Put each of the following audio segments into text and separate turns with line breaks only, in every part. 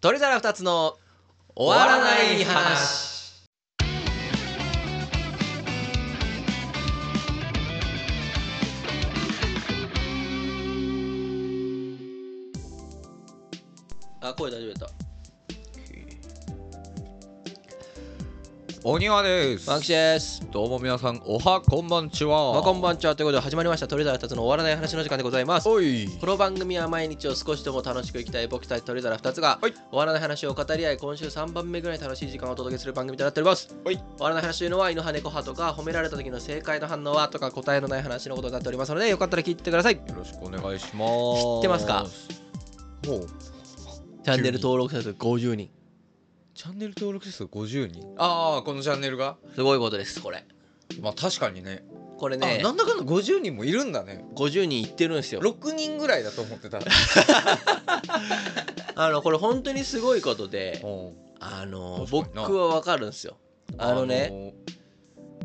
取り皿2つの終わらない話。あ、声大丈夫だっ
お庭で
た。マンキシ
す
です。
どうも皆さんおはこんばんちは
まあ、こんばんちはということで始まりました「鳥皿2つの終わらない話」の時間でございます
おい
この番組は毎日を少しでも楽しく生きたい僕たち鳥皿2つが、
はい
終わらない話を語り合い今週3番目ぐらい楽しい時間をお届けする番組となっております、
はい
終わらない話というのは犬派猫派とか褒められた時の正解の反応はとか答えのない話のことになっておりますのでよかったら聞いてってください
よろしくお願いします
知ってますか
もう
チャンネル登録者数50人
チャンネル登録者数50人ああこのチャンネルが
すごいことですこれ
まあ確かにね
これ
あ
ね
なんだかんだ50人もいるんだね
50人いってるんですよ
6人ぐらいだと思ってた
あのこれ本当にすごいことで
うん
あの
確かにな
僕はわかるんですよあのね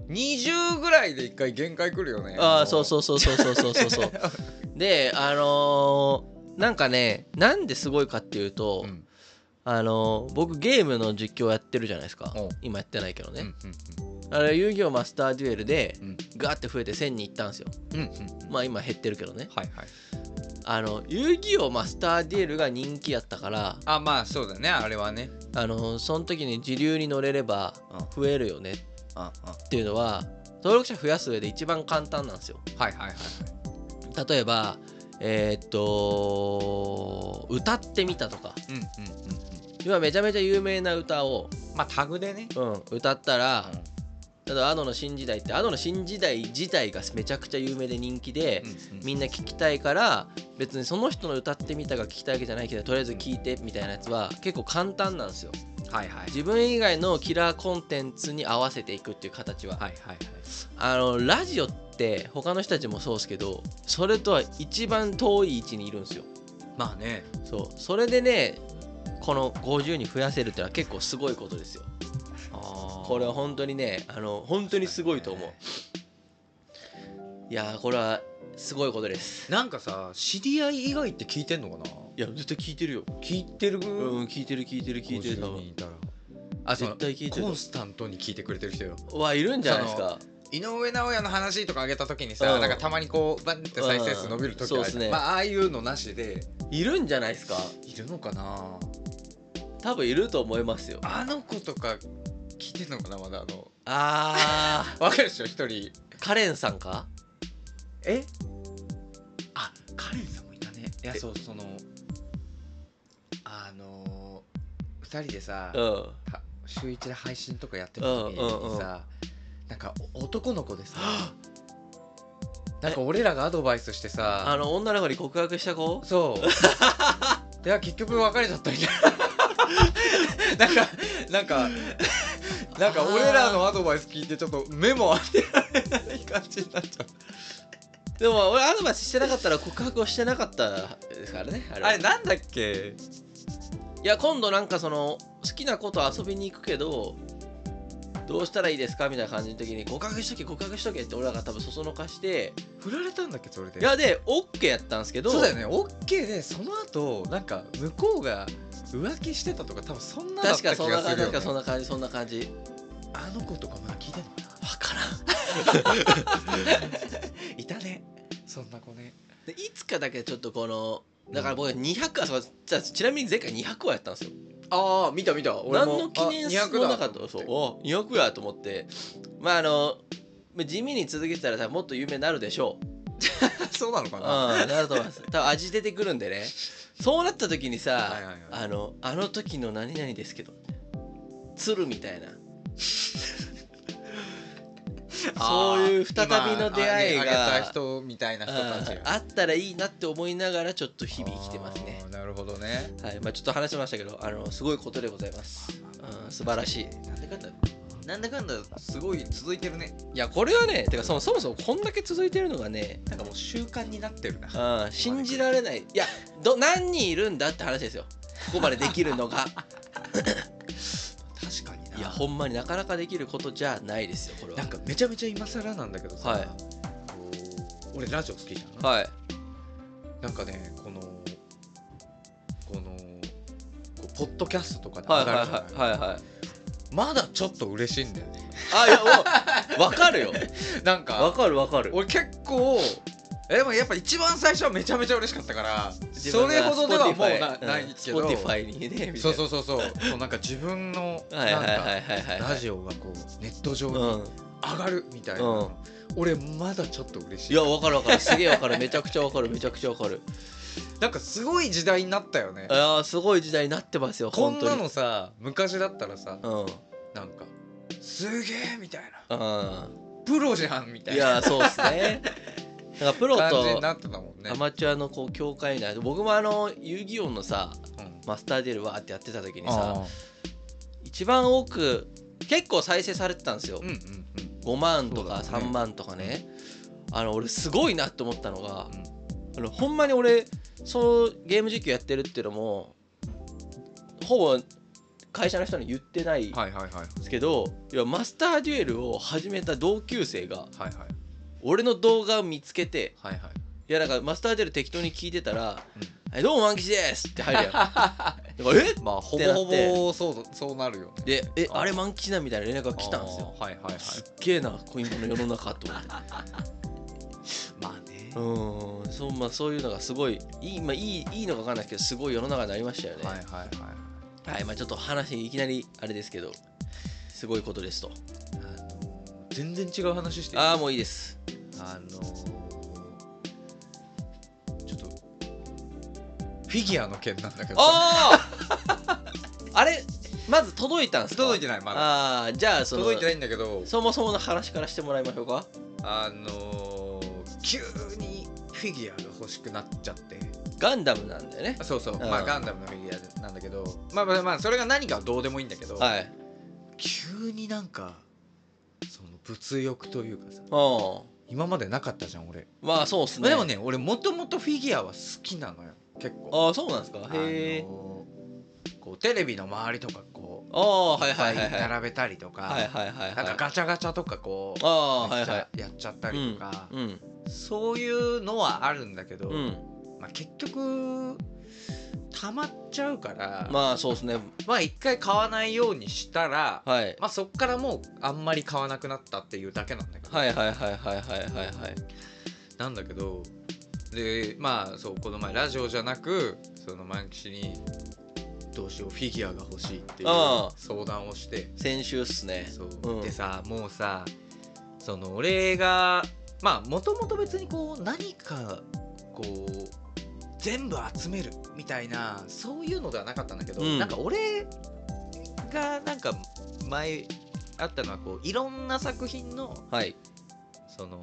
20ぐらいで一回限界来るよね
ああそう
う
そうそうそうそうそうそうそう であのーなんかねなんですごいかっていうと、
うん
あのー僕ゲームの実況やってるじゃないですか
おう
今やってないけど
うんうん
ね、あれ遊戯王マスターデュエルで
うん
ガーって増えて1000に行ったんですよ
うんうんうんうん
まあ今減ってるけどね
はいはい
あの遊戯王マスターデュエルが人気やったから
あまあそうだねあれはね
あのーその時に時流に乗れれば増えるよねっ
ああ
ていうのは登録者増やす上で一番簡単なんですよ
はいはいはい
例えばえーっと歌ってみたとか
うんうんうんう
今めちゃめちゃ有名な歌を、
んまあタグでね
うん、歌ったら
うん
例えば「アドの新時代」ってアドの新時代自体がめちゃくちゃ有名で人気で、みんな聞きたいから別にその人の歌ってみたが聞きたいわけじゃないけどとりあえず聞いてみたいなやつは結構簡単なんですよ
はいはい
自分以外のキラーコンテンツに合わせていくっていう形は
はいはいはい
あのラジオって他の人たちもそうですけどそれとは一番遠い位置にいるんですよ
まあね
そうそれでねこの50に増やせるってのは結構すごいことですよこ
こ
れは本当にねあの本当にすごいと思ういやーこれはすごいことです
なんかさ知り合い以外って聞いてんのかない
や絶対聞いてるよ
聞いてる
うん聞いてる聞いてる聞いてる多
50人
分
いたら
あ
その
絶対聞いて
コ
る
ンスタントに聞いてくれてる人よ
わいるんじゃないですか
井上尚弥の話とか上げた時にさ、
うん
なんかたまにこうバンって再生数伸びる時
うんそう
あ
っす
るじゃん、
ね
まあああいうのなしで
いるんじゃないですか
いるのかな
多分いると思いますよ
あの子とか聞いてんのかなまだあの
あ
わかるでしょ一人
ー カレンさんか
えあカレンさんもいたねいや
え
そうそのあの二人でさ、
うん
は週一で配信とかやってた時にさ、
うんうんうん
なんかお男の子でさなんか俺らがアドバイスして
あ
さ
の女の子に告白した子
そう いや結局別れちゃったみたいな なんかなんかなんか俺らのアドバイス聞いてちょっと目も当てられない感じになっちゃう
でも俺アドバイスしてなかったら告白をしてなかったですからねあれは
あれなんだっけ
いや今度なんかその好きな子と遊びに行くけどどうしたらいいですかみたいな感じの時に告白しとけ告白しとけって俺らが多分そそのかして
振られたんだっけそれで
いやで OK やったんですけど
そうだよね OK でその後なんか向こうが浮気してたとか多分そんなだっ
確か
た気がす
そん
るよ、
な感
ね、
じ確かそんな感じそんな感じ分
あの子とかまだ聞いてんのかな
から
いたねそんな子ね
んでいつかだけちょっとこのだから僕200あそうじゃあちなみに前回200話やったんですよ
ああ見た見た
何の記念
あ
もなかった
200だ
そうお200やと思ってまああの地味に続けてたら多分もっと有名になるでしょう
そうなのかな
うん、なると思います。多分味出てくるんでね。そうなった時にさ、
はいはいはい
あの、あの時の何々ですけど、鶴みたいな。そういう再びの出会いが
今ああげた人みたいな人たち
うんあったらいいなって思いながらちょっと日々生きてますね
あ。ーなるほどね
はい、まあちょっと話しましたけど、あのすごいことでございます。うん、素晴らしい。
なんだかんだなんだかんだすごい続いてるね
いや、これはね、てかそもそもそもこんだけ続いてるのがね、
なんかもう習慣になってるな
うん、信じられない。いや、ど何人いるんだって話ですよ。ここまでできるの が。
確かにない
や、ほんまになかなかできることじゃないですよ、これは。
なんかめちゃめちゃ今更なんだけどさ、
はい
こう俺ラジオ好きじゃん、
はい。
なんかねこのこのこうポッドキャストとかで
はい
上
はい
がるじゃない、
はいはいはい
まだちょっと嬉しいんだよね
あいやおわかる よ
なん
わ
か
かるわかる
俺結構えでもやっぱ一番最初はめちゃめちゃ嬉しかったから
自
そ
分
れ
が
ほどではもうな
Spotify
ないけど
うん Spotify にねみたいな
そうそうそうそうそうなんか自分の
はい
な
はい
ん
はい
か
はいはい
ラジオがこうネット上に
うん
上がるみたいな、
うん
俺まだちょっと嬉しい
いやわかるわかるすげえわかるめちゃくちゃわかるめちゃくちゃわか る
なんかすごい時代になったよね
あーすごい時代になってますよ
こ
本
ん
当
な
に
のさ昔だったらさ
うん
なんかすげえみたいな
う
プロじゃんみた
ん
い
い
な
やそうっすねなんかプロ
感じ
と
になってたもんね
アマチュアのこう境界内僕もあの遊戯王のさ
うん
マスターデュエルわーってやってた時にさ
あ
一番多く結構再生されてたんですよ
ーうんうんうん
5万とか
そうだね
3万とかねあの俺すごいなって思ったのが
うん
あのほんまに俺そうゲーム実況やってるっていうのもほぼ会社の人に言ってない
はいはいはいはい
ですけど要はマスターデュエルを始めた同級生が
はい
俺の動画を見つけて
はいはい
いやなんかマスターデュエル適当に聞いてたら
う
「えどうもマンキシです!」って入るやん。なんかえ
んまあほぼ
なっ
ほ
て
ぼそうだそうなるよね
でえ
あ
あれマンキシだみたいな連絡が来たんですよ。
あーはいはいはい
すっげえなこう今の世の中と思って
まあね
うーんそう,、まあ、そういうのがすごいいい,、まあ、いいいいのか分かんないけどすごい世の中になりましたよね
はい
は
はい
い、
はい
まあ、ちょっと話いきなりあれですけどすごいことですと
あのー全然違う話していい
ああもういいです
あのーちょっとフィギュアの件なんだけど
あ ああれまず届いたんすか
届いてないまだ
ああーじゃあその
届いてないんだけど
そもそもの話からしてもらいましょうか
あのー急にフィギュアが欲しくなっちゃって
ガンダムなんだよね
あそうそう、
ん
まあガンダムのフィギュアなんだけどまあまあまあそれが何かはどうでもいいんだけど、
はい
急になんかその物欲というかさ
う
今までなかったじゃん俺、
んまあそうっす
ま
ね
あでもね俺もともとフィギュアは好きなのよ結構
ああそうなんですか
あの
へえ
こうテレビの周りとかこう
ああはいい
っぱ
はい
い
はいはい
並べたりとか、
はいはいはい
な
は
んか
い
ガチャガチャとかこう
ああは
め
い
っち
はい
ゃやっちゃったりとか、
うん
そういうのはあるんだけど、
うん
まあ、結局溜まっちゃうからまあ
まあそうっすね
一回買わないようにしたら、
はい
まあ、そっからもうあんまり買わなくなったっていうだけなんだけど、
はいはいはいはいはいはいはい
なんだけどでまあそうこの前ラジオじゃなくそのマンキシにどうしようフィギュアが欲しいっていう
ああ
相談をして
先週っすね
そう、
うん
でさもうさその俺がまあもともと別にこう何かこう全部集めるみたいなそういうのではなかったんだけど、
うん
なんか俺がなんか前あったのはこういろんな作品の
はい
その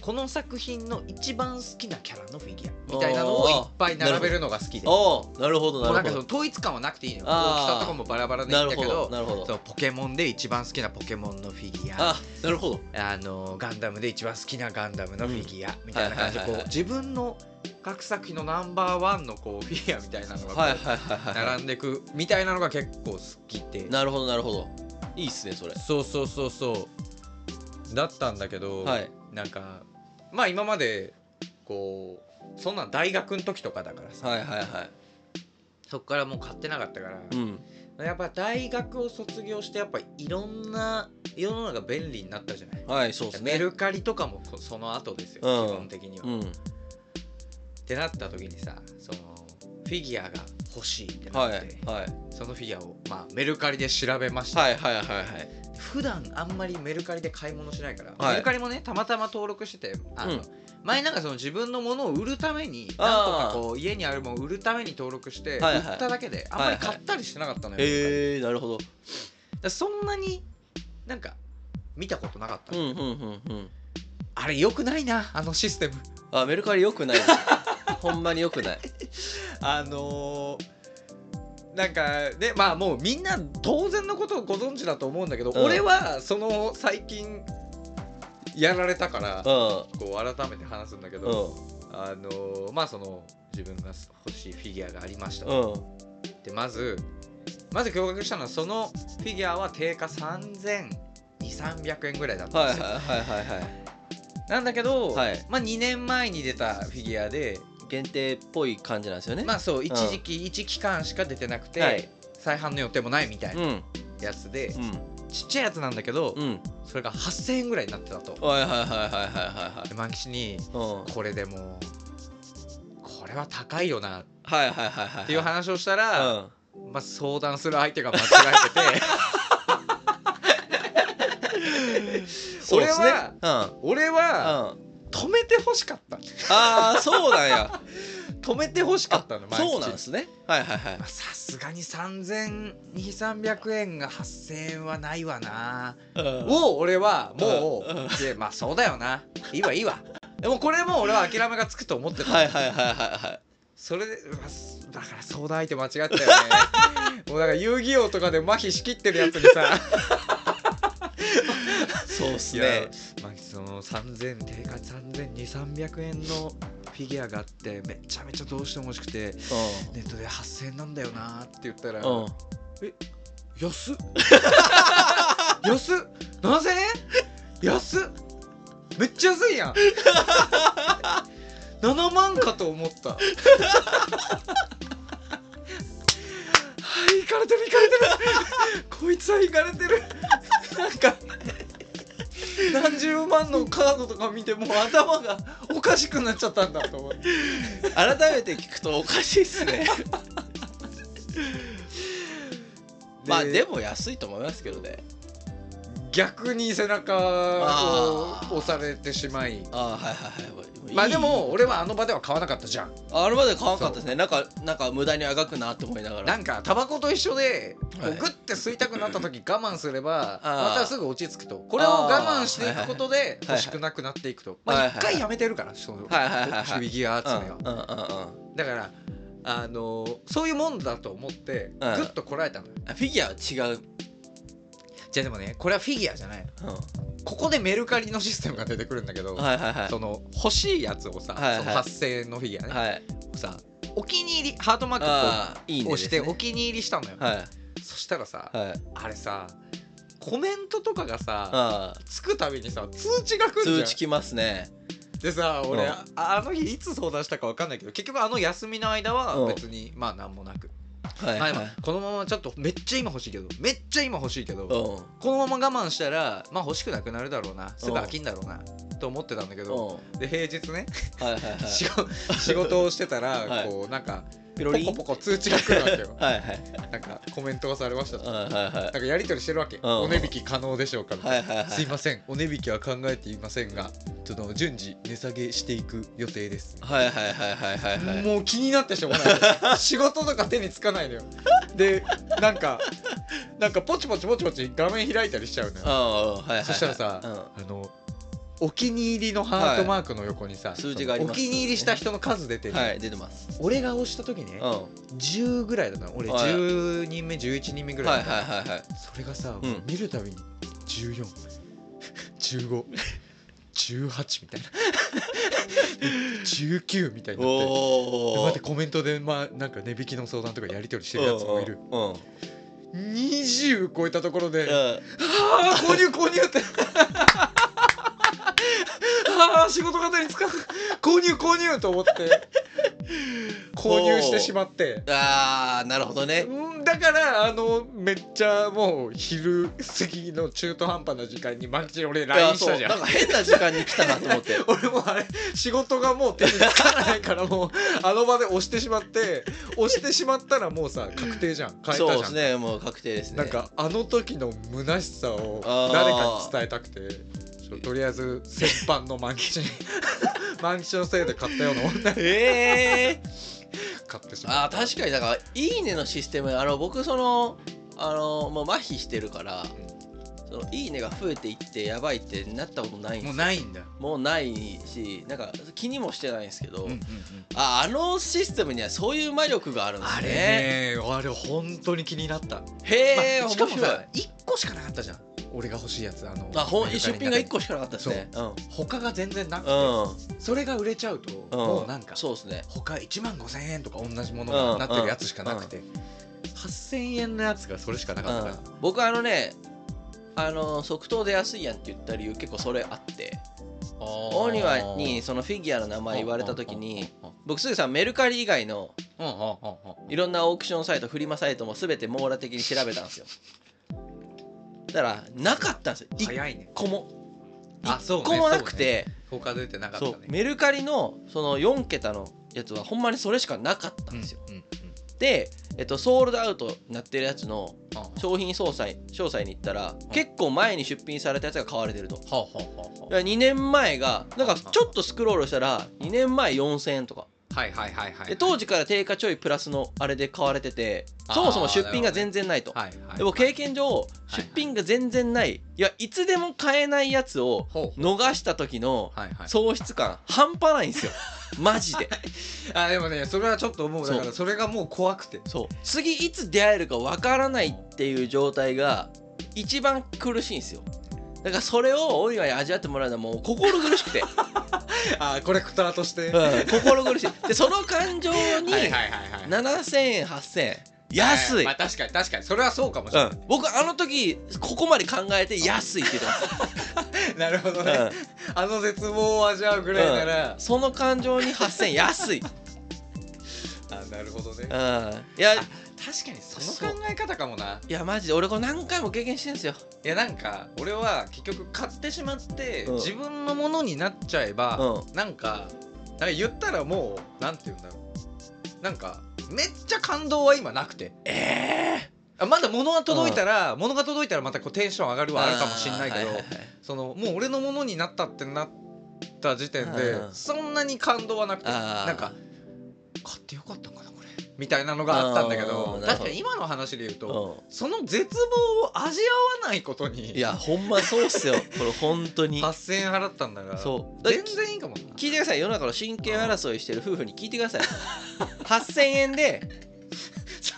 この作品の一番好きなキャラのフィギュアみたいなのをいっぱい並べるのが好きで。も
ああなるほど
う
な
なん
るほ
かその
ど
統一感はなくていいのよ
あ
大
ー
きさとかもバラバラでいい
なん
だ
る
け
ほ
ど
どなるほ
そ
ど
うポケモンで一番好きなポケモンのフィギュア
あなるほど
あのガンダムで一番好きなガンダムのフィギュアみたいな感じで
はいはいはい
こ
は
う
い
自分の各作品のナンバーワンのこうフィギュアみたいなのがこう
はいはいはいはいは
並んでくみたいなのが結構好きで
いなるほどなるほどいいっすねそれ
そうそうそうそうだったんだけど、
はい
なんかまあ今までこうそんなん大学の時とかだからさ、
はいはいは
そっからもう買ってなかったから、
いうん
やっぱ大学を卒業してやっぱいろんな世の中便利になったじゃない
はいそうっす
メ
ね
ルカリとかもこその後ですよ、
うん
基本的には、
う
っ
ん
てなった時にさそのフィギュアが欲しいってな
は
っ
い
て、
はい
そのフィギュアを、まあ、メルカリで調べました、
はいはいはいはい
普段あんまりメルカリで買い物しないから、
はい
メルカリもねたまたま登録しててあの、
うん
前なんかその自分のものを売るために何個
あ
か
ー
こう家にあるものを売るために登録して、
はいはい
売っただけであんまり買ったりしてなかったのよ、メルカリ
へえなるほど
だからそんなになんか見たことなかった
う
の、
んうんうんうん
あれよくないなあのシステム
あメルカリ良く ないほんまに良くない
あのーなんかねまあもうみんな当然のことをご存知だと思うんだけど、
うん
俺はその最近やられたから、
うん
こう改めて話すんだけ
う
ど、
ん
あのーまあその自分が欲しいフィギュアがありました、
うん
でまずまず驚愕したのはそのフィギュアは定価3200円ぐらいだったん
は
で
い
すよ、
はいはいはいはい
なんだけど、
はい
まあ、2年前に出たフィギュアで
限定っぽい感じなんですよね
まあそう一時期、一期間しか出てなくて、
はい
再販の予定もないみたい
うん
なやつで、
うん
ちっちゃいやつなんだけど、
うん
それが8000円ぐらいになってたと。
はいはいはいはいはいはい
で万吉に
うん
これでもこれは高いよなっ
はいはいはいはい
ていう話をしたら、
うん
まあ、相談する相手が間違えてて
そうですね
俺は
うん
俺
うん
は
あ
止めてほしかった
あーそうなんや
止めてほしかったの毎日
そうなんですねはいはいはい
まあさすがに3200300円が8000円はないわな
うん
を俺はも
うんうん
うでまあそうだよないいわいいわでもこれも俺は諦めがつくと思ってた、
はいはいはいはいはい
それで、うわすだから相談相手間違ったよ ねもうだから遊戯王とかで麻痺しきってるやつにさ
そうっす
いや
ね
まあその3000定価3200300円のフィギュアがあってめちゃめちゃどうしても欲しくてネットで8000円なんだよなーって言ったら
うんうん
安っ安っ7000円安っめっちゃ安いやん7万かと思ったはい行かれてる行かれてるこいつは行かれてるなんか何十万のカードとか見てもう頭がおかしくなっちゃったんだと思って
改めて聞くとおかしいっすねまあでも安いと思いますけどね
逆に背中を押されてしまい
ああはいはいはいい
まあでも俺はあの場では買わなかったじゃん
あれまで買わなかったですねなんかなんか無駄にあがくなって思いながら
なんかタバコと一緒でこ
は
う
い
グッて吸いたくなっ た時我慢すれば
あー
またすぐ落ち着くとこれを我慢していくこと
ー
で
はいはい
欲しくなくなっていくと
はい
ま
はい
あ一回やめてるからそのフ
はいはいはいはい
ィギュア集めは
うんうんうんうん
だからあのーそういうもんだと思ってグ
はい
ッとこらえたのよ
あフィギュアは違う、
じゃあでもねこれはフィギュアじゃないの
う
ここでメルカリのシステムが出てくるんだけど
ん、はいはいはい
その欲しいやつをさ
はいはい
その8000円のフィギュアね
はい
さお気に入りハートマークを
ああいいね
押
で
し
す
て
ね
お気に入りしたのよ
はい
そしたらさ
はい
あれさコメントとかがさ
あ
つくたびにさ通知が来るじゃ
通
ん
知きますね
でさ俺、
うん
ああの日いつ相談したか分かんないけど結局あの休みの間は
うん
別に、まあ何もなく、
はいは
まあ
い
でもこのままちょっとめっちゃ今欲しいけどめっちゃ今欲しいけ
う
ど、
んうん
このまま我慢したらまあ欲しくなくなるだろうなすぐ飽きんだろうな、と思ってたんだけど、
は
で平日ね、
いはいはい
仕事仕事をしてたら、
はい
こうなんか
ピ
ポ
ロリン
コポコ通知が来るわけよ
はいはい
なんかコメントがされましたと
はいはいはい
なんかやり取りしてるわけ、
ん
お値引き可能でしょうかみたいな
はいはいはい
すいませんお値引きは考えていませんがちょっと順次値下げしていく予定です、
はいはいはいはいはいはい
もう気になってしょうがない仕事とか手につかないのよでなんかなんかポチポチポチポチ画面開いたりしちゃうの
うんう
よ
んはいはいはい
そしたらさ
う
あのお気に入りのハートマークの横にさ、
い数字があります
お気に入りした人の数出てる、
んはい出てます
俺が押した時ね
うんは
10ぐらいだな俺
はい
10人目11人目ぐ
い
ら
はいい
だった
はいはい
それがさ、
うん
見るたびに141518みたいな 19みたいになってで
お
ま
お
たコメントでまあなんか値引きの相談とかやり取りしてるやつもいる
うんうん
20超えたところで「あ
うん
あ購入購入」って ああ仕事方に使う購入購入と思 って購入してしまって
あーなるほどね
うんだからあのめっちゃもう昼過ぎの中途半端な時間にマッチ俺
いや
LINE したじゃ
そうんなんか変な時間に来たなと思って
俺もあれ仕事がもう手につかないからもうあの場で押してしまって押してしまったらもうさ確定じゃん変えたじゃん
そうですねもう確定ですね
なんかあの時の虚しさを
あー
誰かに伝えたくてちょとりあえず先般の満吉に 満吉のせいで買ったような女に
ええ
買ってしま
あ
った
ー確かにだから「いいね」のシステムあの僕そのあのもう麻痺してるからその「いいね」が増えていってやばいってなったことないんで
もう
す
ないんだ、
もうないしなんか気にもしてないんですけど、
うんうんうん
ああのシステムにはそういう魔力があるんです
あれ
ね
ねあれ本当に気になった
へえ、
まあ
面
し
白
か
い
もさ1個しかなかったじゃん俺が欲しいやつあの
あほん
メルカリ
出
の中に
品が1個しかなかったですねうん
他が全然なくて、
う
それが売れちゃうと、
ん
もうなんか
そうですね
他1万5000円とか同じものがなってるやつしかなくて、8000円のやつがそれしかなかったから、
うん、僕あのねあの即答で安いやんって言った理由結構それあって
あー
大庭にそのフィギュアの名前言われた時に僕すぐさメルカリ以外の
うんうんうんうん
いろんなオークションサイトフリマサイトも全て網羅的に調べたんですよだからなかったんですよ一
早いね
個も
あそう
一
ね
個もなくて
他出てなかっ
そう
たね
メルカリのその4桁のやつはほんまにそれしかなかったんですよ、
うんうん
で、えっと、ソールドアウトになってるやつの
うんは
商品詳細詳細に行ったら結構前に出品されたやつが買われてると
あはあはあは
だから2年前がなんかちょっとスクロールしたら2年前4000円とか
あはいはいはいはい
で当時から定価ちょいプラスのあれで買われてて
あー
そもそも出品が全然ないと、
はいはいはい
でも経験上
はい
出品が全然ない、いやいつでも買えないやつを
ほう
逃した時の
はいはい
喪失感半端ないん ですよマジで
あでもねそれはちょっと思う
そう
だからそれがもう怖くて
そう次いつ出会えるかわからないっていう状態が一番苦しいんですよだからそれをお祝い味わってもらうのはもう心苦 しくて、うん
あコレクターとして
心苦しいでその感情に
はいはいはいはい
7000円8000円安い
まあ確かに確かにそれはそうかもしれない、
うん、僕あの時ここまで考えて安いって言ってます、
なるほど
う
ね、
ん、
あの絶望を味わうぐらいなら、
その感情に8000円安い、うん、い
あなるほどね
やい
確かにその考え方かもな
やマジで俺これ何回も経験してんですよ、
いやなんか俺は結局買ってしまって、
うん
自分のものになっちゃえ
う
ば、
ん、
なんかなんか言ったらもうなんて言うんだろうなんかめっちゃ感動は今なくて
え
あまだ物が届いたら、物が届いたらまたこうテンション上がる
え
はあるかもしんないけど、
はいはい
そのもう俺のものになったってなった時点で、
うん
そんなに感動はなくて
あー
なんか買ってよかったんかなこれみたいなのがあったんだけ
あーなるほ
ど
ど
確かに今の話で言うと、
はい
その絶望を味合わないことに
うんいやほんまそうっすよこれ本当に
8,000円払ったんだから
そうだ
全然いいかもな
聞いてください世の中の親権争いしてる夫婦に聞いてください8000円で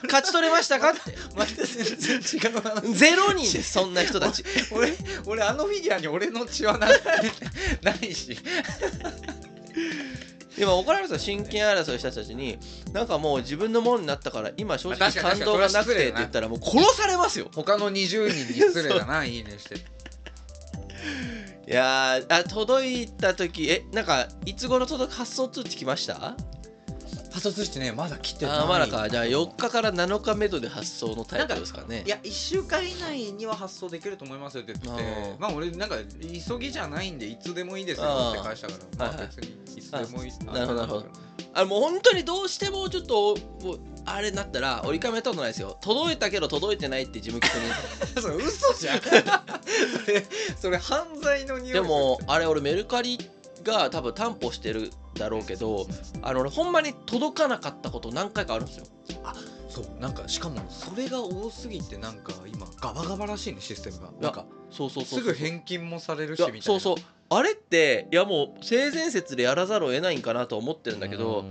勝ち取れま したかって
また全然違う話
ゼロ人ですそんな人たち
俺俺あのフィギュアに俺の血は流れて ないし
今怒られた親権争いした人たちになんかもう自分のものになったから今正直
確か
感
に
動がなくてって言ったらもう殺されますよ
他の20人に失礼だないいね して
いやーあ届いた時えなんかいつ頃届く発送通知来ました
パソ通してねまだ来てない
あーまだかじゃあ4日から7日目処で発送のタイプですかね
いや1週間以内には発送できると思いますよって言ってて
あー
まあ俺なんか急ぎじゃないんでいつでもいいですよって返したから
あーはい
まあ
はい
別にいつでもいい
あなるほどなるほどあもう本当にどうしてもちょっともうあれになったら折り返めたことないですよ届いたけど届いてないって事務局 に
それ嘘じゃん それそれ犯罪の匂い
でもあれ俺メルカリが多分担保してるだろうけどあの俺ほんまに届かなかったこと何回かあるんですよ
そうなんかしかもそれが多すぎてなんか今ガバガバらしいねシステムがなんか
そうそうそう
すぐ返金もされるし
い
み
や
たいな
そうそうあれっていやもう性善説でやらざるを得ないんかなと思ってるんだけど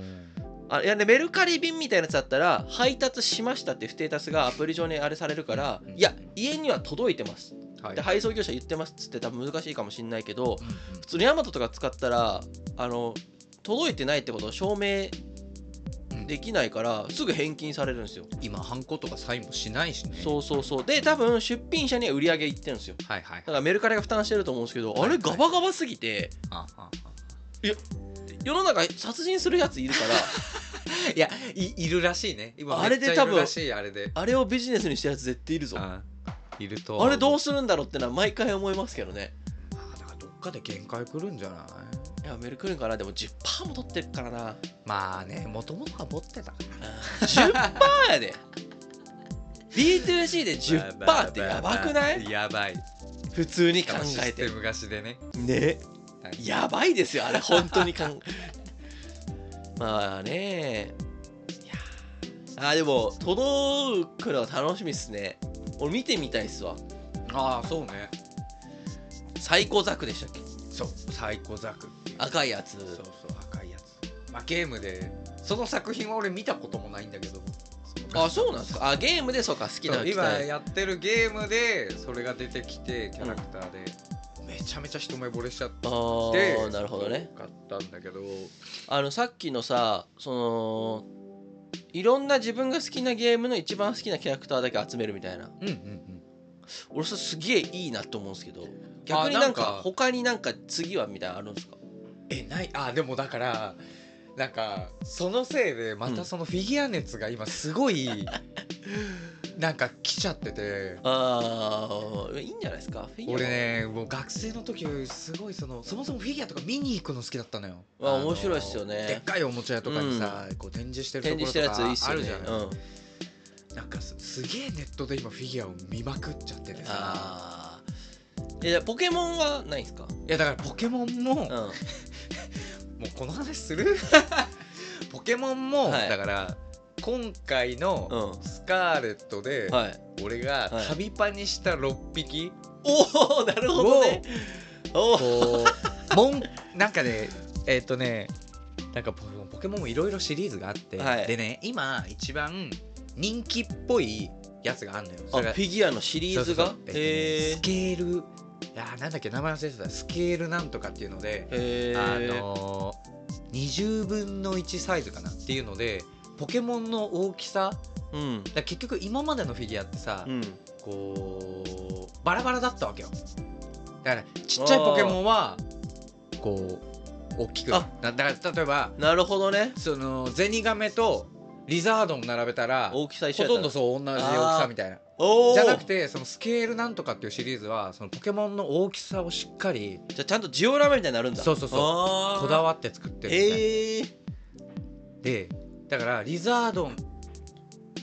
あいや、ね、メルカリ便みたいなやつだったら配達しましたってステータスがアプリ上にあれされるから
うん
いや家には届いてます
はい
で配送業者言ってますっつって多分難しいかもしんないけど
うんうん
普通にヤマトとか使ったらあの届いてないってことを証明
うん
できないからすぐ返金されるんですよ
今ハンコとかサインもしないしね
そうそうそうで多分出品者には売り上げいってるんですよ
はいはい
だからメルカリが負担してると思うんですけどあれガバガバすぎて
あああ
世の中殺人するやついるから
いやいいるらしいね今
あれで
めっちゃいるらしいあ れで
あれをビジネスにしたやつ絶対いるぞあ
あいると
れどう
す
するんだろうってのは毎回思いますけどね
なんかどっかで限界くるんじゃない
いやメルクリンかなでも10%も取ってるからな
まあねもともとは持ってたから
10%や で B2C で10%ってやばくない
やばい
普通に考
シ
え
ス
て
テム貸しでね
ね
はい
やばいですよあれ本当に考 えまあねいやーあーでも届くのは楽しみっすね俺見てみたいっすわ
ああそうね
最高ザクでしたっけ
そうサイコザクっていう
赤いやつ
そうそう赤いやつ、まあ、ゲームでその作品は俺見たこともないんだけど
あそうなんですかあゲームでそうか好きな
そう今やってるゲームでそれが出てきてキャラクターで、めちゃめちゃ一目惚れしちゃっ
あ
て
ーなるほどね
買ったんだけど
あのさっきのさそのいろんな自分が好きなゲームの一番好きなキャラクターだけ集めるみたいな
うんうんうん
俺それすげえいいなと思うんですけど逆になんか
なんか
他になんか次はみたいなのあるんですか
えないあでもだからなんかそのせいでまたそのフィギュア熱が今すごい、 なんか来ちゃってて
ああいいんじゃないですかフィギュア
俺ねもう学生の時すごいそのそもそもフィギュアとか見に行くの好きだったのよ
わ
あの
面白いっすよね
でっかいおもちゃ屋とかにさ、こう展示してると
展
こ
示
ろ
してるやついいっ
と
す
かあ
よ
る
ね
じゃない、
うん、
なんかすすげえネットで今フィギュアを見まくっちゃっててさ
ああいやポケモンはないんですか
いやだからポケモンも、もう
う
この話 するポケモンも、
はい
だから今回の
ん、う
スカーレットで、
ん、はい
俺が
はい
旅パにした6匹
おおなるほどねおお
こうもんなんかねえっ、とねなんかポポケモンもいろいろシリーズがあって、
はい
でね今一番人気っぽいやつがあるのよ
あ
そ
フ
れが
ィギュアのシリーズ
そ
が
うそうそう
へ
えっとねスケールあーなんだっけ名前忘れてたスケールなんとかっていうので、
え
あのー20分の1サイズかなっていうのでポケモンの大きさだか
うん
ら結局今までのフィギュアってさ、
うん
こうバラバラだったわけよだからちっちゃいポケモンはこう大きく
あ
なだから例えば
なるほどね
そのゼニガメとリザードン並べたらほ
大きさ一緒や
と
っ
ん
た
ど
ら
そう同じ大きさみたいな
おお
じゃなくてそのスケールなんとかっていうシリーズはそのポケモンの大きさをしっかり
じゃあちゃんとジオラマみたいになるんだ
そうそうそう
あー
こだわって作ってるみたいな
へえ
でだからリザードン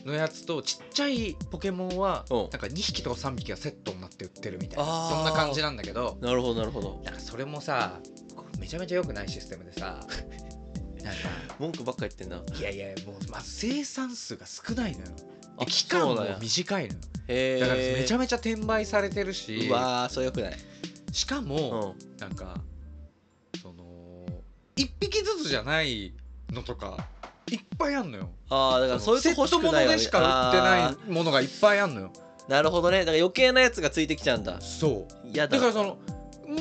のやつとちっちゃいポケモンは
うん
なんか2匹とか3匹がセットになって売ってるみたい
あ
な
ー
そんな感じなんだけど
なるほどなるほど
なんかそれもさこうめちゃめちゃ良くないシステムでさ なんか
文句ばっか言ってんない
やいやもうまず生産数が少ないのよ
あ
で期間
そう
も
なんや
短いのよ
へえ
だからめちゃめちゃ転売されてるし
うわーそれよくない
しか
う
も
ん
なんかその1匹ずつじゃないのとかいっぱいあんのよ
ああだからそういうと
セ
こ欲し
ット
く
もの
ないわ
でしか売
あ
ってないものがいっぱいあんのよ
ーなるほどねだから余計なやつがついてきちゃうんだ
そう
やだ
だからその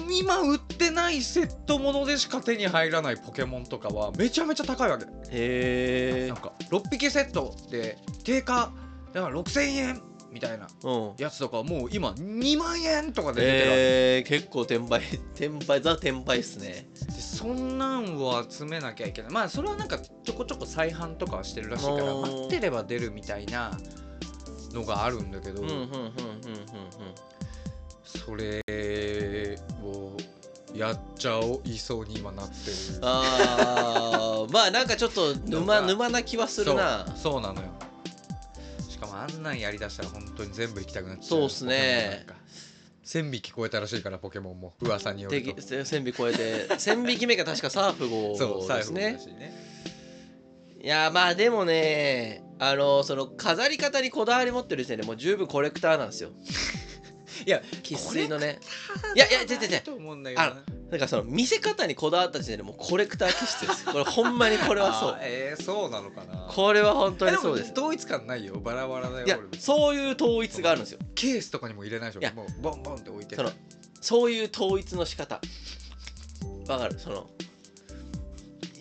今売ってないセットものでしか手に入らないポケモンとかはめちゃめちゃ高いわけ
へえ
なんか6匹セットで定価だから6000円みたいな
うん
やつとかはもう今2万円とかで出てるわけ、
えー、結構転売転売ザ転売っすね
でそんなんを集めなきゃいけないまあそれはなんかちょこちょこ再販とかはしてるらしいから
おー
待ってれば出るみたいなのがあるんだけど、
うんうんうんうんうんうん
それをやっちゃおいそうに今なってる
あーまあなんかちょっと沼
なんか
沼な気はするな
そうそうなのよしかもあんなんやりだしたら本当に全部行きたくなっちゃう
そうっすね
1000匹超えたらしいからポケモンも噂による
で
と
1000匹超えて1000匹目が確かサーフ号
最
で
後
す
の
ね
話
いやまあでもねあのその飾り方にこだわり持ってる時点でもう十分コレクターなんですよ
いや
生粋のね
ただ
いやいや違う違う違う
ないと思うんだけどな
あなんかその見せ方にこだわった時点でもうコレクター気質ですこれほんまにこれはそ
あー
う
えーそうなのかな
これは本当にそうで
え
す
も統一感ないよバラバラだよ
いや
俺も
そういう統一があるんですよ
ケースとかにも入れないで
い
し
や
ょもうボンボンって置いて
そのそういう統一の仕方わかるその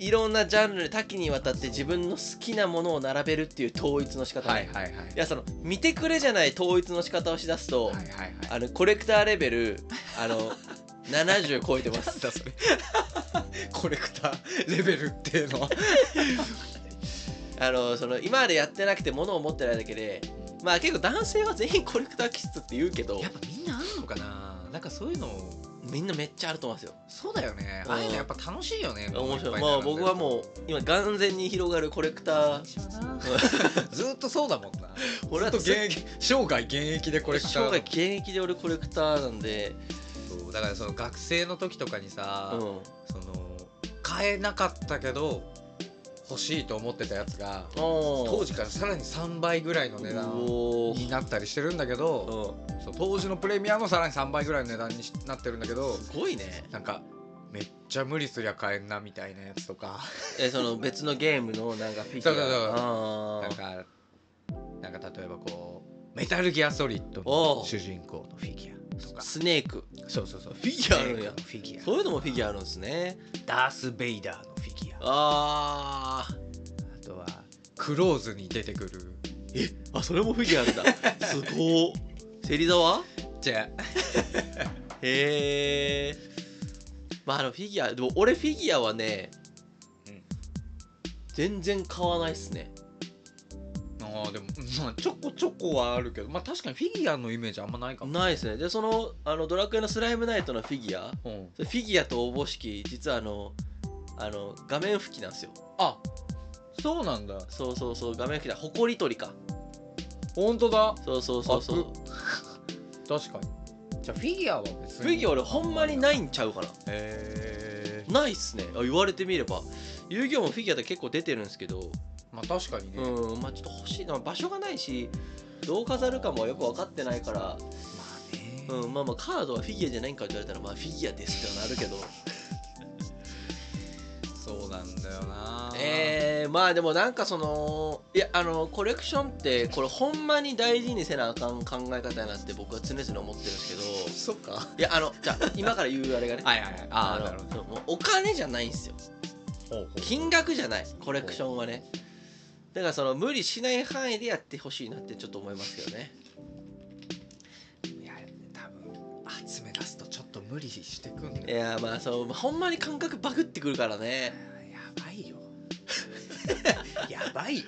いろんなジャンルで多岐にわたって自分の好きなものを並べるっていう統一の仕方、
はいはいはいはい
いやその見てくれじゃない統一の仕方をしだすと、
はいはい
あのコレクターレベルあの 70超えてま
なん
す
だそれ コレクターレベルっていうのは
あのその今までやってなくて物を持ってないだけでまあ結構男性は全員コレクター気質って言うけど
やっぱみんなあんのかななんかそういうの
みんなめっちゃあると思いますよ
そうだよね
うん
ああいうのやっぱ楽しいよね
面白いもう僕はもう今完全に広がるコレクター
最初な ずっとそうだもんな
俺は
ずっと現役生涯現役でコレクターだも
生
ん
涯現役で俺コレクターなんで、
そうだからその学生の時とかにさ、
うん、
その買えなかったけど欲しいと思ってたやつが当
当
時からさらに3倍ぐらいの値段になったりしてるんだけど、
うん、
そう当時のプレミアもさらに3倍ぐらいの値段にしなってるんだけど
すごいね
なんかめっちゃ無理すりゃ買えんなみたいなやつとか
えその別のゲームのなんかフィギ
そうそうそう
ュア
なんかなんか例えばこう「メタルギアソリッド」
お
の
う
主人公のフィギュアと
あー
か
スネーク
そうそうそうフ
ィギュアあるんや
フィギュア
そういうのもフィギュアあるんですね
ダース・ベイダーのフィギュア
ああ
あとはクローズに出てくる
えあそれもフィギュアあるん だすごい芹沢
じゃ
へえまああのフィギュアでも俺フィギュアはね、
うん
全然買わないっすね
ああでもまあちょこちょこはあるけどまあ確かにフィギュアのイメージあんまないかも、
ないっすねでそのあのドラクエのスライムナイトのフィギュア
うん、
それフィギュアとおぼしき実はあのあの画面拭きなんですよ
あそうなんだ
そうそうそう画面拭きだほこり取りか
本当だ
そうそうそうそう
確かにじゃあフィギュアは別に
フィギュア俺ほんまにないいんちゃうかな
へえ
ないっすねあ言われてみれば遊戯王もフィギュアって結構出てるんですけど
まあ確かにね、ま
うんまあちょっと欲しいな場所がないしどう飾るかもよく分かってないから、
あね
うん、まあまあカードはフィギュアじゃないんかって言われたらまあフィギュアですってはなるけど
そうなんだよな
えー、まあでもなんかそのいやあのコレクションってこれほんまに大事にせなあかん考え方やなって僕は常々思ってるんです
そっか
けどいやあのじゃあ今から言うあれがね
はいはいはい ああなるほど
どもうお金じゃないんですよ
ほうほう
金額じゃないコレクションはねだからその無理しない範囲でやってほしいなってちょっと思いますけどね
いや多分集め出すとちょっと無理してくん
い
ね
やまあそうまあほんまに感覚バグってくるからね
やばいよ やばいよ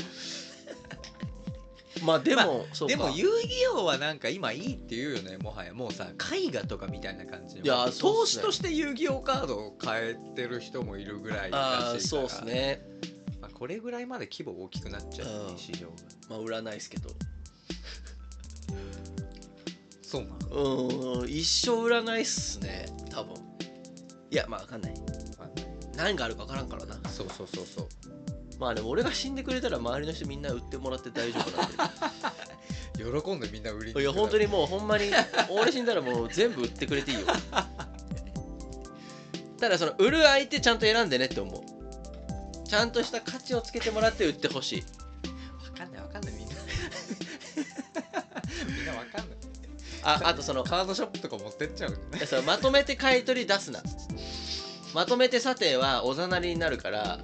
まあでも、
まあ
そうか
でも遊戯王はなんか今いいって言うよねもはやもうさ絵画とかみたいな感じ
いや
もう
そうっ
投
す
資
ね
として遊戯王カードを変えてる人もいるぐらい
あ
ら
ー
しいか
そう
ら
ですね
まあ、これぐらいまで規模大きくなっちゃうよね、
うん
市場が
まあ売らないですけど
そうなの、
うん一生売らないっすね多分いやまあ分かんない何があるか分からんからな
そうそうそうそう
まあでも俺が死んでくれたら周りの人みんな売ってもらって大丈夫なん
喜んでみんな売りに
で
来 る
いや本当にもうほんまに俺死んだらもう全部売ってくれていいよただその売る相手ちゃんと選んでねって思うちゃんとした価値をつけてもらって売ってほしい
わかんないわかんないみんなみんなわかんない
ああとその
カードショップとか持ってっちゃうんだね
いやそのまとめて買い取り出すなまとめて査定はおざなりになるから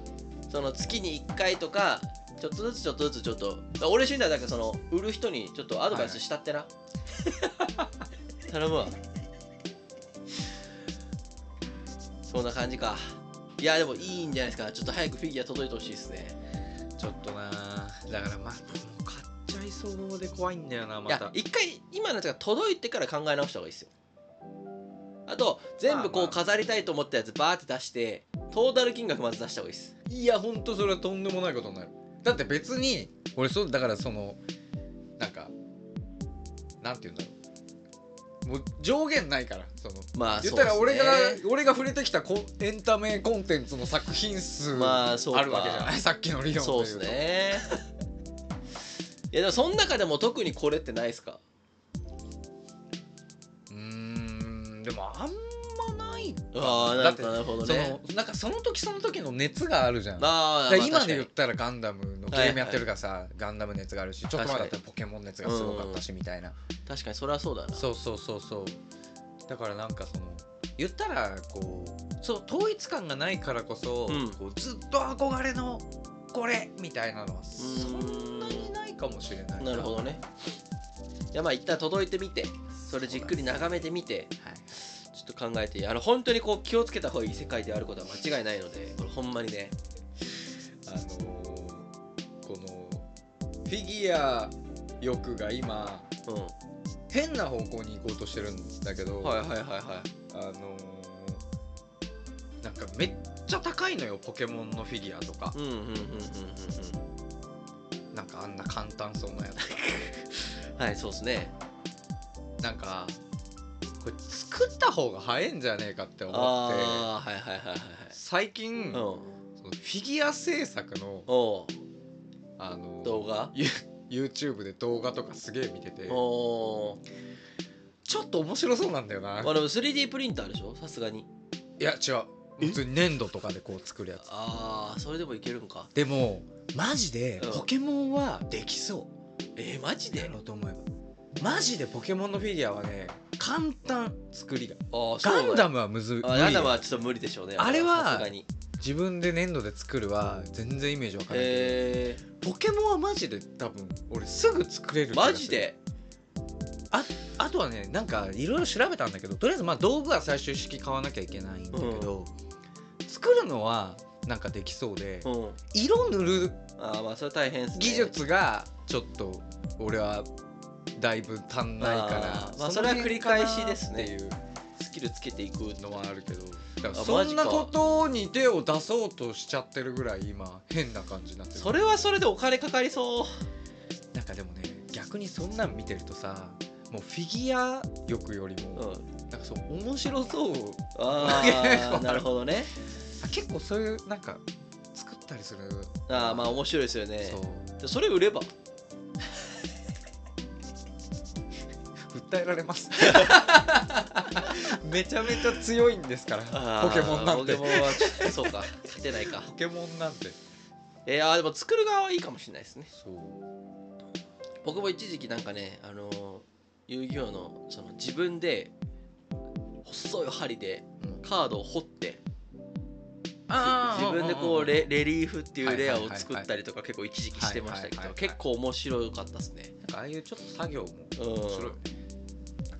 その月に1回とかちょっとずつちょっとずつちょっと俺死んだらだからその売る人にちょっとアドバイスしたってな、頼むわそんな感じかいやでもいいんじゃないですかちょっと早くフィギュア届いてほしいですね
ちょっとなーだからまあもう買っちゃいそうで怖いんだよないま
や
た
一回今のやつが届いてから考え直した方がいいですよあと全部こ
まあ
う
まあ
飾りたいと思ったやつバーって出してトータル金額まず出した方がいいです
いやほんとそれはとんでもないことになるだって別に俺そうだからそのなんかなんて言うんだろうもう上限ないからその
まあ
言ったら
そうっ
俺
すね
が、俺が触れてきたコンエンタメコンテンツの作品数
まあ
あ
そうか
るわけじゃない、 さっきの理論
そう
と
で
い
す
うと
ね いやでもその中でも特にこれってないですか
うーんでもあんまない
ああ
だ
な
っ
ん
て
かなるほど
そ
ね
のなんかその時その時の熱があるじゃん
まあ
だから
まあ
今で言
確
っ
か
たらガンダムのゲームやってるからさ、ガンダム熱があるしちょっと前だったらポケモン熱がすごかったしみたいな、
に確かにそれはそうだな
そうそうそうそうだからなんかその言ったらこうそう統一感がないからこそ、
うん
こうずっと憧れのこれみたいなのはそんなにないかもしれない
なるほどねいやまあ一旦届いてみてそれじっくり眺めてみて
はい
ちょっと考えてあの本当にこう気をつけた方がいい世界であることは間違いないのでこれほんまにね
あのーこのフィギュア欲が今
うん
変な方向に行こうとしてるんだけど、
はいはいはいは
あのーなんかめっちゃ高いのよポケモンのフィギュアとか
いうんうんうんうんうん
なんかあんな簡単そうなやつ
うんはいそうですね
なんかこれ作った方が早いんじゃねえかって思って
ああーはいはいはいはいはい
最近、
うん
そのフィギュア制作の、
お
あの
う
ー
動画
YouTube で動画とかすげえ見てて
おー
ちょっと面白そうなんだよな
あでも 3D プリンターでしょさすがに
いや違う
え
普通に粘土とかでこう作るやつ
ああそれでもいけるんか
でもマジで
うん
ポケモンはできそう
えー、マジ
や
で
ろうと思えばマジでポケモンのフィギュアはね簡単作りが
あーそう
ガ
なんや
ンダムはむずい
あガンダムはちょっと無理でしょうね
あれは
さすがに
自分で粘土で作るは全然イメージわかんないけど、
え
ポケモンはマジで多分俺すぐ作れる
ー、
気がす
マ
る
ジで
あとはねなんかいろいろ調べたんだけどとりあえずまあ道具は最終式買わなきゃいけないんだけど、作るのはなんかできそうで
うん、
色塗る
あーまあそれ大変ですね
技術がちょっと俺はだいぶ足んないか
あ
ら
ーまあ
の
それは繰り返しですね
辺かなっ
スキルつけていく
ていうのはあるけどだから
あ
そんな
マジか
ことに手を出そうとしちゃってるぐらい今変な感じになってる
それはそれでお金かかりそう
なんかでもね逆にそんなん見てるとさもうフィギュア欲より
う
も、
ん、
なんかそう面白そう
あーなるほどね
あ結構そういうなんか作ったりする
あーまあ面白いですよね
そう
そそれ売れば
訴えられます めちゃめちゃ強いんですから
あー
ポケモンなんて
ポケモンはちょっとそうか勝てないか
ポケモンなんて
えー、あーでも作る側はいいかもしれないですね
そう
僕も一時期なんかねあのー遊戯王のその自分で細い針で
うん
カードを掘って自分でこうレレリーフっていうレアを作ったりとか結構一時期してましたけ
はいはいはい
ど
はい
結構面白かったですね
なんかああいうちょっと作業も面白い、
うん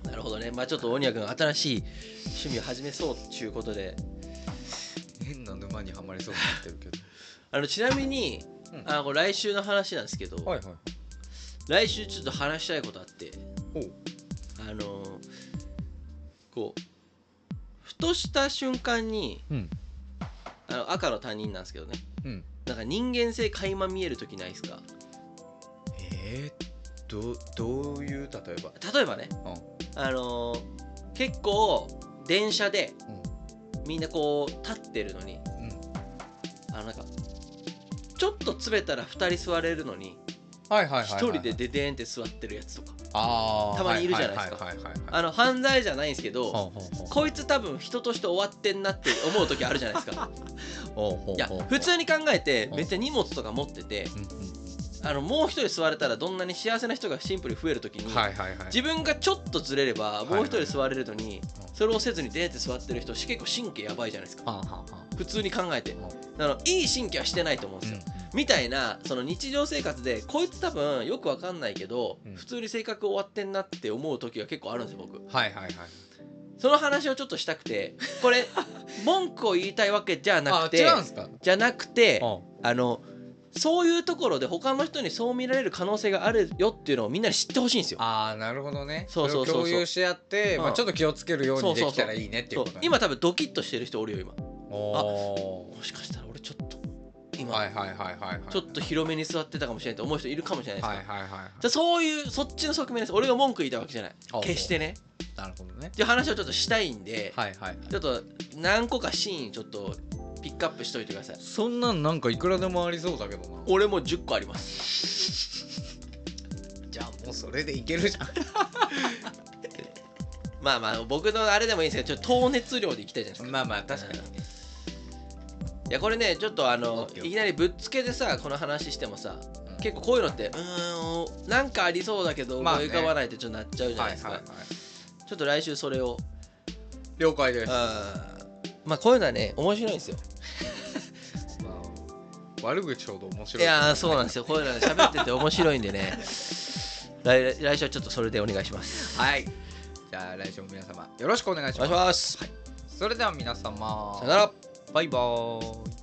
なるほどねまあちょっと鬼谷君新しい趣味を始めそうっていうことで
変な沼にはまりそうになってるけど
あのちなみに
うん
あのこれ来週の話なんですけど
はいはい
来週ちょっと話したいことあって
おう
あのーこうふとした瞬間に
うん
あの赤の他人なんですけどね
うん
なんか人間性垣間見える時ないですか
えー、どどういう例えば
例えばね
うん
あのー結構電車でみんなこう立ってるのに
うんうん
あのなんかちょっと詰めたら2人座れるのに
はいはいはいはい
1人でデデーンって座ってるやつとか
あー
たまにいるじゃないですか
はいはいはいはいはい
あの犯罪じゃないんですけ
ほ
ど
うほうほう
こいつ多分人として終わってんなって思う時あるじゃない ですか
ほうほうほう
いや普通に考えて
うん
めっちゃ荷物とか持ってて
うん
あのもう1人座れたらどんなに幸せな人がシンプルに増える時
うん
に
はいはいはい
自分がちょっとずれればもう1人座れるのに
うん
それをせずにデーンって座ってる人結構神経やばいじゃないですか
はあはあはあ
普通に考えてあのいい神経はしてないと思うんですよ、みたいなその日常生活でこいつ多分よくわかんないけど、
うん
普通に性格終わってんなって思う時が結構あるんですよ僕
はいはいはい
その話をちょっとしたくてこ れ文句を言いたいわけじゃなくて
あ違うんすか
じゃなくて
うん
あのそういうところで他の人にそう見られる可能性があるよっていうのをみんなに知ってほしいんですよ
ああなるほどね
そうそうそうそう
れを共有し合って、ま
う
あ、
ん
ちょっと気をつけるよう
そ
に
う
で
そうそう
きたらいいねっていう
そう
こと、ね、
今多分ドキッとしてる人おるよ今
お
もしかしたら俺ちょっと
ー
今、
はいはいはいはいはい
ちょっと広めに座ってたかもしれないと思う人いるかもしれないですか
はい
ら、
はいはいは
じゃあそういうそっちの側面です俺が文句言いたいわけじゃない
あ
決してね
いなるほどね
っていう話をちょっとしたいんで、
はいはい
ちょっと何個かシーンちょっとピックアップしといてください
そんなんなんかいくらでもありそうだけどな
俺もう10個あります
じゃあもうそれでいけるじゃん
まあまあ僕のあれでもいいんですけどちょっと糖熱量でいきたいじゃないですか、
まあまあ確かにね
いやこれねちょっとあの
OK OK
いきなりぶっつけでさこの話してもさ結構こういうのってうーんなんかありそうだけど
まあ
思
ね
い浮かばないってちょっとなっちゃうじゃ
は
ないで
いはい
すか、
はい
ちょっと来週それを
了解です、
あーまあこういうのはね面白いんですよ
まあ悪口ほど面白
い
い
やーそうなんですよこういうの喋ってて面白いんで ね来来週はちょっとそれでお願いします
はいじゃあ来週も皆様よろしくお願いし
お
ま
願い
す
します、
それでは皆様
さよなら
バイバーイ